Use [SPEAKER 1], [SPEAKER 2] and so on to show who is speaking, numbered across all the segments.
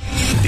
[SPEAKER 1] The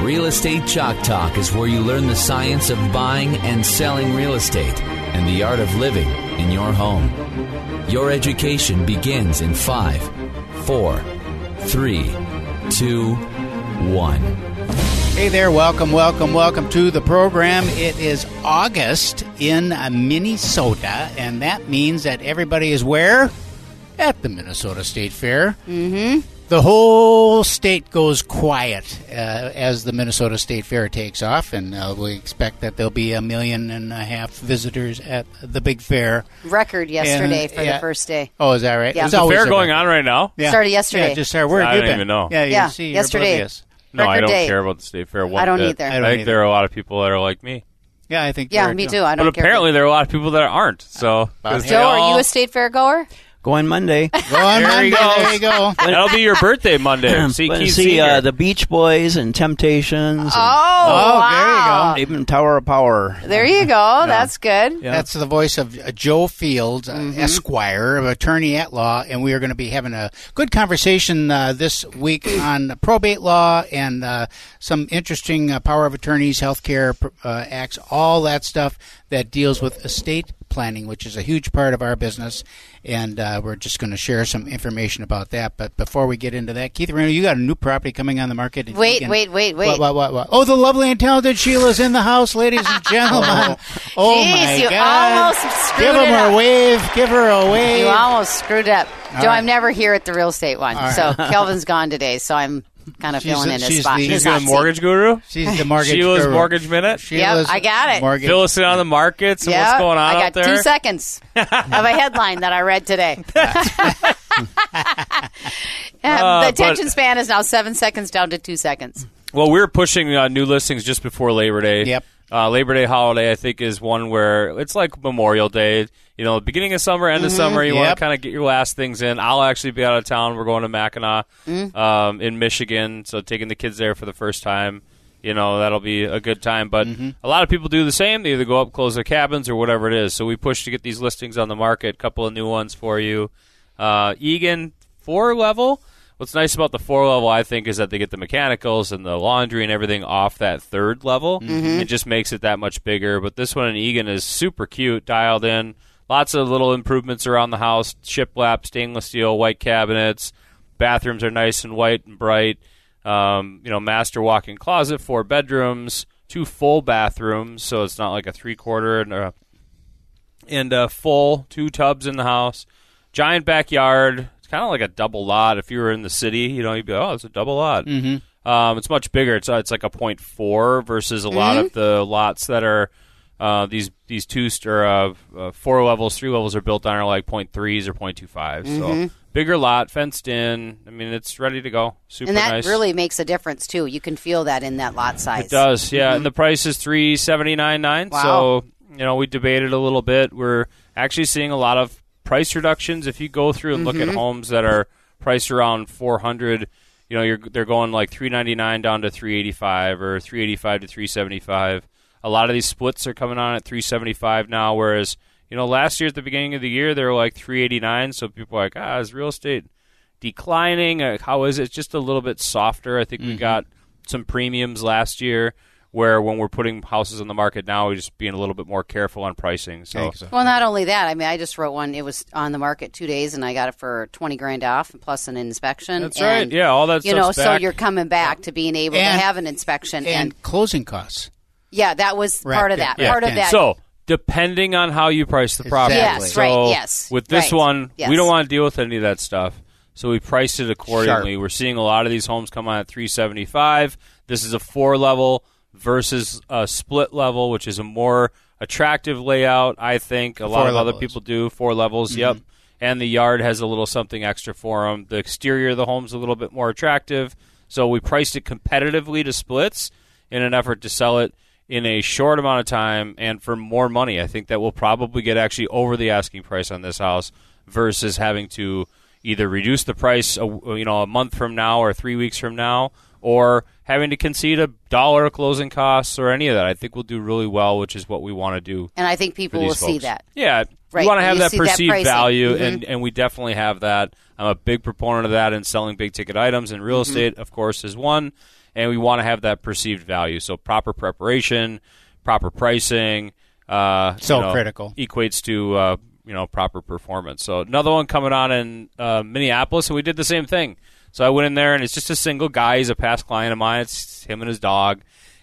[SPEAKER 2] Real Estate Chalk Talk is where you learn the science of buying and selling real estate and the art of living in your home. Your education begins in five, four, three, two, one.
[SPEAKER 3] Hey there, welcome, welcome, welcome to the program. It is August in uh, Minnesota, and that means that everybody is where? At the Minnesota State Fair. Mm-hmm. The whole state goes quiet uh, as the Minnesota State Fair takes off, and uh, we expect that there'll be a million and a half visitors at the big fair.
[SPEAKER 4] record yesterday
[SPEAKER 3] And,
[SPEAKER 4] for
[SPEAKER 3] yeah.
[SPEAKER 4] the first day.
[SPEAKER 3] Oh, is that right?
[SPEAKER 4] Yeah.
[SPEAKER 3] It's
[SPEAKER 4] The
[SPEAKER 3] always
[SPEAKER 5] fair
[SPEAKER 3] a-
[SPEAKER 5] going on right now?
[SPEAKER 3] Yeah.
[SPEAKER 4] Started yesterday.
[SPEAKER 3] Yeah, just started. Where have
[SPEAKER 5] I
[SPEAKER 3] you
[SPEAKER 5] don't
[SPEAKER 3] been?
[SPEAKER 5] even know.
[SPEAKER 3] Yeah, you
[SPEAKER 4] Yeah,
[SPEAKER 3] see, you're
[SPEAKER 4] yesterday.
[SPEAKER 3] oblivious.
[SPEAKER 5] No, I
[SPEAKER 4] Record
[SPEAKER 5] don't
[SPEAKER 4] date.
[SPEAKER 5] care about the state fair. One
[SPEAKER 4] I don't
[SPEAKER 5] bit.
[SPEAKER 4] either. I
[SPEAKER 5] I,
[SPEAKER 3] don't
[SPEAKER 5] think
[SPEAKER 3] either.
[SPEAKER 5] there are a lot of people that are like me,
[SPEAKER 3] Yeah, I think.
[SPEAKER 4] Yeah,
[SPEAKER 3] there
[SPEAKER 4] me
[SPEAKER 3] go.
[SPEAKER 4] too. I don't
[SPEAKER 5] but
[SPEAKER 4] care.
[SPEAKER 5] apparently there are a lot of people that aren't. So 'cause they
[SPEAKER 4] Joe, are
[SPEAKER 5] all-
[SPEAKER 4] you a state fair goer?
[SPEAKER 6] Go on Monday.
[SPEAKER 3] Go on
[SPEAKER 5] There
[SPEAKER 3] Monday.
[SPEAKER 5] he
[SPEAKER 3] There
[SPEAKER 5] goes.
[SPEAKER 3] you go.
[SPEAKER 5] that'll be your birthday Monday. see,
[SPEAKER 6] But
[SPEAKER 5] Keith
[SPEAKER 6] see
[SPEAKER 5] Senior.
[SPEAKER 6] uh, the Beach Boys and Temptations.
[SPEAKER 4] Oh,
[SPEAKER 3] there
[SPEAKER 4] wow.
[SPEAKER 6] and even Tower of Power.
[SPEAKER 4] There you go. That's good.
[SPEAKER 6] Yeah.
[SPEAKER 3] That's the voice of uh, Joe Fields, uh,
[SPEAKER 5] Mm-hmm.
[SPEAKER 3] Esquire, of attorney at law, and we are going to be having a good conversation uh, this week on probate law and uh, some interesting uh, power of attorneys, healthcare pr- uh, acts, all that stuff that deals with estate planning, which is a huge part of our business. And uh, we're just going to share some information about that. But before we get into that, Keith Reno, you got a new property coming on the market. in
[SPEAKER 4] Wait,
[SPEAKER 3] Eagan.
[SPEAKER 4] wait, wait, wait.
[SPEAKER 3] What, what, what, what? Oh, the lovely and talented Sheila's in the house, ladies and gentlemen. oh
[SPEAKER 4] Jeez,
[SPEAKER 3] my
[SPEAKER 4] you
[SPEAKER 3] God!
[SPEAKER 4] almost screwed
[SPEAKER 3] Give
[SPEAKER 4] it
[SPEAKER 3] her a
[SPEAKER 4] up.
[SPEAKER 3] wave. Give her a wave.
[SPEAKER 4] You almost screwed up. Joe,
[SPEAKER 3] right.
[SPEAKER 4] I'm never here at the real estate one. So Kelvin's gone today, so I'm kind of
[SPEAKER 3] She's
[SPEAKER 4] filling
[SPEAKER 3] the-
[SPEAKER 4] in
[SPEAKER 3] she's
[SPEAKER 4] his spot.
[SPEAKER 3] the-
[SPEAKER 4] his
[SPEAKER 5] She's
[SPEAKER 4] hot
[SPEAKER 5] going
[SPEAKER 4] seat.
[SPEAKER 5] mortgage guru.
[SPEAKER 3] She's the mortgage.
[SPEAKER 5] Sheila's
[SPEAKER 3] guru.
[SPEAKER 5] mortgage minute.
[SPEAKER 3] Sheila's
[SPEAKER 4] I got it.
[SPEAKER 3] Mortgage.
[SPEAKER 5] Fill us in on the markets and what's going on
[SPEAKER 4] I got
[SPEAKER 5] out there.
[SPEAKER 4] two seconds of a headline that I read today. Um, the
[SPEAKER 5] Uh, but-
[SPEAKER 4] attention span is now seven seconds down to two seconds.
[SPEAKER 5] Well, we were pushing uh, new listings just before Labor Day.
[SPEAKER 3] Yep.
[SPEAKER 5] Uh, Labor Day holiday, I think, is one where it's like Memorial Day. You know, beginning of summer, end of summer, you
[SPEAKER 3] Yep.
[SPEAKER 5] want to kind of get your last things in. I'll actually be out of town. We're going to Mackinac um, in Michigan, so taking the kids there for the first time. You know, that'll be a good time. But
[SPEAKER 6] Mm-hmm.
[SPEAKER 5] a lot of people do the same. They either go up, close their cabins, or whatever it is. So we push to get these listings on the market. couple of new ones for you. Uh, Egan, four level. What's nice about the four level, I think, is that they get the mechanicals and the laundry and everything off that third level. It just makes it that much bigger. But this one in Egan is super cute, dialed in. Lots of little improvements around the house: shiplap, stainless steel, white cabinets. Bathrooms are nice and white and bright. Um, you know, master walk-in closet, four bedrooms, two full bathrooms, so it's not like a three-quarter and a and uh, full two tubs in the house, giant backyard. It's kind of like a double lot. If you were in the city, you know, you'd be oh, it's a double lot. Mm-hmm. Um, it's much bigger. It's uh, it's like a point four versus a lot of the lots that are uh, these these two st- or uh, uh, four levels, three levels are built on are like point threes or point two five. So bigger lot, fenced in. I mean, it's ready to go. Super
[SPEAKER 4] And that
[SPEAKER 5] nice.
[SPEAKER 4] really makes a difference, too. You can feel that in that lot size.
[SPEAKER 5] It does, yeah. And the price is three seventy nine nine.
[SPEAKER 4] Mm-hmm. Wow.
[SPEAKER 5] So you know, we debated a little bit. We're actually seeing a lot of price reductions. If you go through and
[SPEAKER 4] Mm-hmm.
[SPEAKER 5] look at homes that are priced around four hundred, you know, you're they're going like three ninety nine down to three eighty five or three eighty five to three seventy five. A lot of these splits are coming on at three seventy five now, whereas you know, last year at the beginning of the year they were like three eighty nine. So people are like, ah, is real estate declining? Uh, How is it? It's just a little bit softer. I think
[SPEAKER 3] Mm-hmm.
[SPEAKER 5] we got some premiums last year where when we're putting houses on the market now, we're just being a little bit more careful on pricing. So,
[SPEAKER 4] Well, not only that, I mean, I just wrote one. It was on the market two days, and I got it for 20 grand off plus an inspection.
[SPEAKER 5] That's
[SPEAKER 4] And,
[SPEAKER 5] right. Yeah, all that
[SPEAKER 4] You know,
[SPEAKER 5] stuff's
[SPEAKER 4] so
[SPEAKER 5] back.
[SPEAKER 4] you're coming back to being able
[SPEAKER 3] And-
[SPEAKER 4] to have an inspection. And,
[SPEAKER 3] and closing costs.
[SPEAKER 4] yeah, that was
[SPEAKER 3] Right,
[SPEAKER 4] part of
[SPEAKER 3] yeah,
[SPEAKER 4] that.
[SPEAKER 3] yeah,
[SPEAKER 4] Part of
[SPEAKER 3] yeah.
[SPEAKER 4] that.
[SPEAKER 5] so depending on how you price the property.
[SPEAKER 3] Exactly.
[SPEAKER 4] Yes,
[SPEAKER 5] so
[SPEAKER 4] right, yes,
[SPEAKER 5] With this
[SPEAKER 4] right,
[SPEAKER 5] one,
[SPEAKER 4] yes.
[SPEAKER 5] we don't want to deal with any of that stuff. So we priced it accordingly. We're seeing a lot of these homes come on at 375. This is a four level versus a split level, which is a more attractive layout, I think. A
[SPEAKER 3] Four
[SPEAKER 5] lot of other
[SPEAKER 3] levels. Mm-hmm.
[SPEAKER 5] people do four levels. Yep. And the yard has a little something extra for them. The exterior of the home's a little bit more attractive. So we priced it competitively to splits in an effort to sell it in a short amount of time and for more money. I think that we'll probably get actually over the asking price on this house versus having to either reduce the price, a, you know, a month from now or three weeks from now, or having to concede a dollar of closing costs or any of that. I think we'll do really well, which is what we want to do.
[SPEAKER 4] And I think people
[SPEAKER 5] for
[SPEAKER 4] will
[SPEAKER 5] these
[SPEAKER 4] see
[SPEAKER 5] folks.
[SPEAKER 4] that.
[SPEAKER 5] Yeah,
[SPEAKER 4] Right,
[SPEAKER 5] we want to
[SPEAKER 4] you
[SPEAKER 5] have that
[SPEAKER 4] see that
[SPEAKER 5] perceived
[SPEAKER 4] pricing.
[SPEAKER 5] value,
[SPEAKER 4] Mhm.
[SPEAKER 5] and and we definitely have that. I'm a big proponent of that in selling big ticket items, and
[SPEAKER 4] Mm-hmm.
[SPEAKER 5] real estate, of course, is one. And we want to have that perceived value, so proper preparation, proper pricing. Uh,
[SPEAKER 3] So
[SPEAKER 5] you know,
[SPEAKER 3] critical.
[SPEAKER 5] equates to uh, you know proper performance. So another one coming on in uh, Minneapolis, and we did the same thing. So I went in there, and it's just a single guy. He's a past client of mine. It's him and his dog,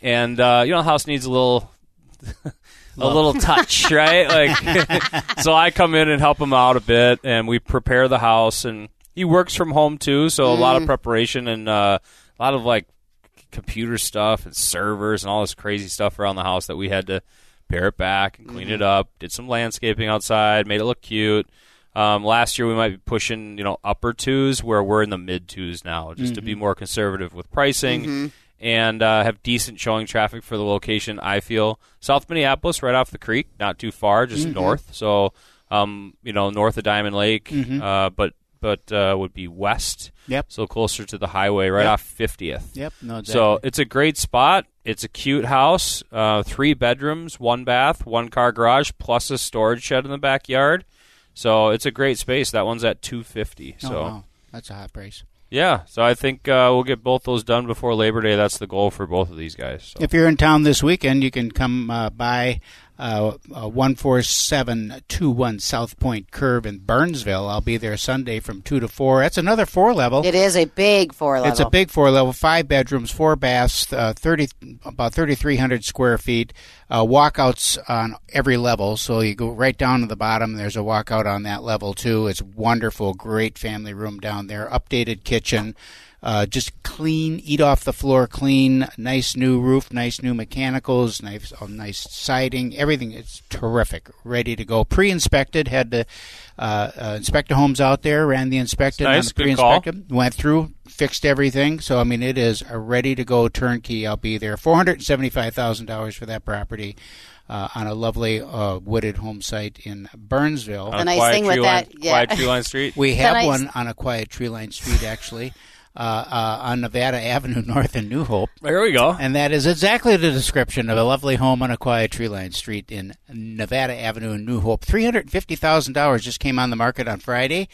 [SPEAKER 5] and uh, you know, the house needs a little a little touch, right? Like, so I come in and help him out a bit, and we prepare the house. And he works from home too, so a lot of preparation and uh, a lot of like computer stuff and servers and all this crazy stuff around the house that we had to pare it back and clean
[SPEAKER 3] Mm-hmm.
[SPEAKER 5] it up. Did some landscaping outside, made it look cute. Um, last year we might be pushing you know upper twos where we're in the mid twos now, just
[SPEAKER 3] Mm-hmm.
[SPEAKER 5] to be more conservative with pricing and uh, have decent showing traffic for the location. I feel South Minneapolis, right off the creek, not too far, just
[SPEAKER 3] Mm-hmm.
[SPEAKER 5] north. So um, you know north of Diamond Lake, uh, but but uh, would be west.
[SPEAKER 3] Mm-hmm. Yep.
[SPEAKER 5] So closer to the highway, right off Fiftieth.
[SPEAKER 3] Yep. No. Oh,
[SPEAKER 5] So it's a great spot. It's a cute house, uh, three bedrooms, one bath, one car garage, plus a storage shed in the backyard. So it's a great space. That one's at two fifty.
[SPEAKER 3] Oh,
[SPEAKER 5] So
[SPEAKER 3] wow. that's a hot price.
[SPEAKER 5] yeah, so I think uh, we'll get both those done before Labor Day. That's the goal for both of these guys. So.
[SPEAKER 3] If you're in town this weekend, you can come uh, by uh, uh, 14721 South Point Curve in Burnsville. I'll be there Sunday from 2 to 4. That's another four level.
[SPEAKER 4] It is a big four level.
[SPEAKER 3] It's a big four level, five bedrooms, four baths, uh, thirty about thirty three hundred square feet. Uh, walkouts on every level, so you go right down to the bottom. There's a walkout on that level too. It's wonderful, great family room down there. Updated kitchen, uh, just clean, eat off the floor, clean. Nice new roof, nice new mechanicals, nice oh, nice siding, everything. It's terrific, ready to go. Pre inspected, had to uh, uh, inspect the homes out there, ran the inspected
[SPEAKER 5] Nice,
[SPEAKER 3] on the
[SPEAKER 5] good
[SPEAKER 3] pre
[SPEAKER 5] call.
[SPEAKER 3] inspected went through, fixed everything. So I mean, it is a ready to go turnkey. I'll be there. Four hundred seventy-five thousand dollars for that property uh, on a lovely uh, wooded home site in Burnsville.
[SPEAKER 5] On
[SPEAKER 4] The nice
[SPEAKER 5] Quiet
[SPEAKER 4] thing with
[SPEAKER 5] Tree Line-
[SPEAKER 4] that- yeah.
[SPEAKER 5] Quiet Tree Line Street.
[SPEAKER 3] We have
[SPEAKER 4] I-
[SPEAKER 3] one on a quiet tree line street, actually, uh, uh, on Nevada Avenue North in New Hope.
[SPEAKER 5] there we go.
[SPEAKER 3] And that is exactly the description of a lovely home on a quiet tree line street in Nevada Avenue in New Hope. $350,000 just came on the market on Friday,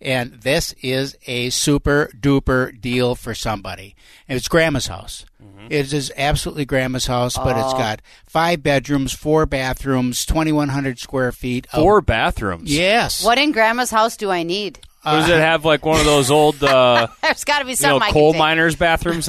[SPEAKER 3] and this is a super duper deal for somebody. And it's grandma's house. It is absolutely grandma's house, but it's got five bedrooms, four bathrooms, 2,100 square feet. of-
[SPEAKER 5] Four bathrooms.
[SPEAKER 3] yes.
[SPEAKER 4] What in grandma's house do I need?
[SPEAKER 5] Or
[SPEAKER 3] uh,
[SPEAKER 5] does it have like one of those old, uh,
[SPEAKER 4] There's got to be
[SPEAKER 5] you know,
[SPEAKER 4] something I can
[SPEAKER 5] coal
[SPEAKER 4] take.
[SPEAKER 5] miners' bathrooms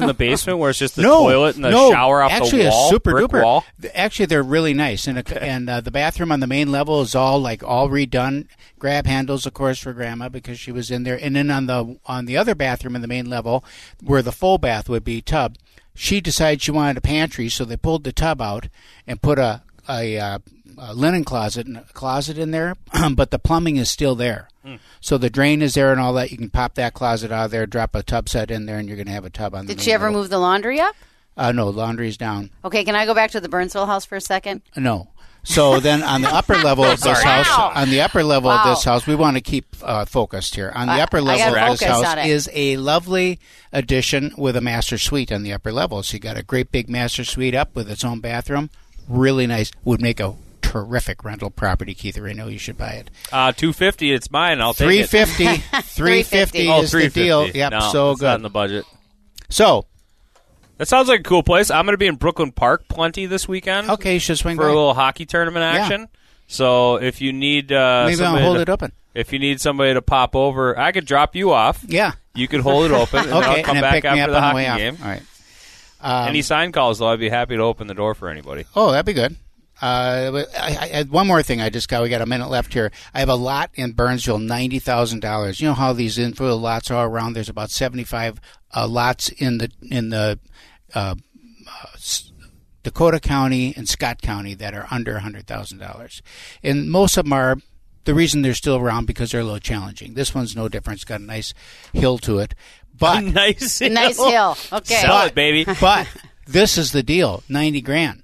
[SPEAKER 5] in the basement where it's just the
[SPEAKER 3] no,
[SPEAKER 5] toilet and the
[SPEAKER 3] no,
[SPEAKER 5] shower off
[SPEAKER 3] actually
[SPEAKER 5] the wall,
[SPEAKER 3] a super
[SPEAKER 5] brick
[SPEAKER 3] duper.
[SPEAKER 5] wall?
[SPEAKER 3] Th- Actually, they're really nice, and a, and uh, the bathroom on the main level is all like all redone. Grab handles, of course, for Grandma because she was in there, and then on the on the other bathroom in the main level, where the full bath would be tub, she decided she wanted a pantry, so they pulled the tub out and put a a, uh, a linen closet and a closet in there, but the plumbing is still there.
[SPEAKER 5] Hmm.
[SPEAKER 3] So the drain is there and all that. You can pop that closet out of there, drop a tub set in there, and you're going to have a tub on. the
[SPEAKER 4] Did
[SPEAKER 3] main
[SPEAKER 4] she ever
[SPEAKER 3] level.
[SPEAKER 4] move the laundry up?
[SPEAKER 3] Uh, no, laundry's down. Uh,
[SPEAKER 4] Okay, can I go back to the Burnsville house for a second?
[SPEAKER 5] Oh.
[SPEAKER 3] No. So then on the upper level of this house,
[SPEAKER 4] Wow.
[SPEAKER 3] on the upper level of this
[SPEAKER 4] Wow.
[SPEAKER 3] house, we want to keep uh, focused here. On the
[SPEAKER 4] I-
[SPEAKER 3] upper
[SPEAKER 4] I
[SPEAKER 3] level
[SPEAKER 4] gotta
[SPEAKER 3] of this
[SPEAKER 4] focus
[SPEAKER 3] house
[SPEAKER 4] on it.
[SPEAKER 3] is a lovely addition with a master suite on the upper level. So you got a great big master suite up with its own bathroom. Really nice. Would make a terrific rental property, Keith. I know you should buy it.
[SPEAKER 5] Uh, 250 It's mine. I'll take it.
[SPEAKER 3] 350 350
[SPEAKER 4] Oh,
[SPEAKER 3] is the deal. Yep,
[SPEAKER 5] No,
[SPEAKER 3] so
[SPEAKER 5] it's not in
[SPEAKER 3] good.
[SPEAKER 5] the budget.
[SPEAKER 3] so,
[SPEAKER 5] That sounds like a cool place. I'm going to be in Brooklyn Park plenty this weekend.
[SPEAKER 3] okay, you should swing
[SPEAKER 5] for
[SPEAKER 3] by.
[SPEAKER 5] a little hockey tournament
[SPEAKER 3] Yeah.
[SPEAKER 5] action. So if you need uh,
[SPEAKER 3] Maybe I'll
[SPEAKER 5] somebody
[SPEAKER 3] hold
[SPEAKER 5] to-
[SPEAKER 3] it open.
[SPEAKER 5] If you need somebody to pop over, I could drop you off.
[SPEAKER 3] Yeah.
[SPEAKER 5] You could hold it open, and
[SPEAKER 3] Okay,
[SPEAKER 5] I'll come
[SPEAKER 3] and then
[SPEAKER 5] back
[SPEAKER 3] pick me up
[SPEAKER 5] after the
[SPEAKER 3] on the
[SPEAKER 5] hockey
[SPEAKER 3] way Um, out.
[SPEAKER 5] game.
[SPEAKER 3] All right.
[SPEAKER 5] Any sign calls, though, I'd be happy to open the door for anybody.
[SPEAKER 3] Oh, that'd be good. Uh, but I, I, one more thing. I just got. We got a minute left here. I have a lot in Burnsville, ninety thousand dollars. You know how these infill lots are around. There's about seventy-five uh, lots in the in the uh, Dakota County and Scott County that are under $100,000. And most of them are the reason they're still around because they're a little challenging. This one's no different. It's got a nice hill to it. But,
[SPEAKER 5] nice, hill.
[SPEAKER 4] Nice hill. Okay.
[SPEAKER 5] Sell it, baby.
[SPEAKER 3] but this is the deal 90 grand.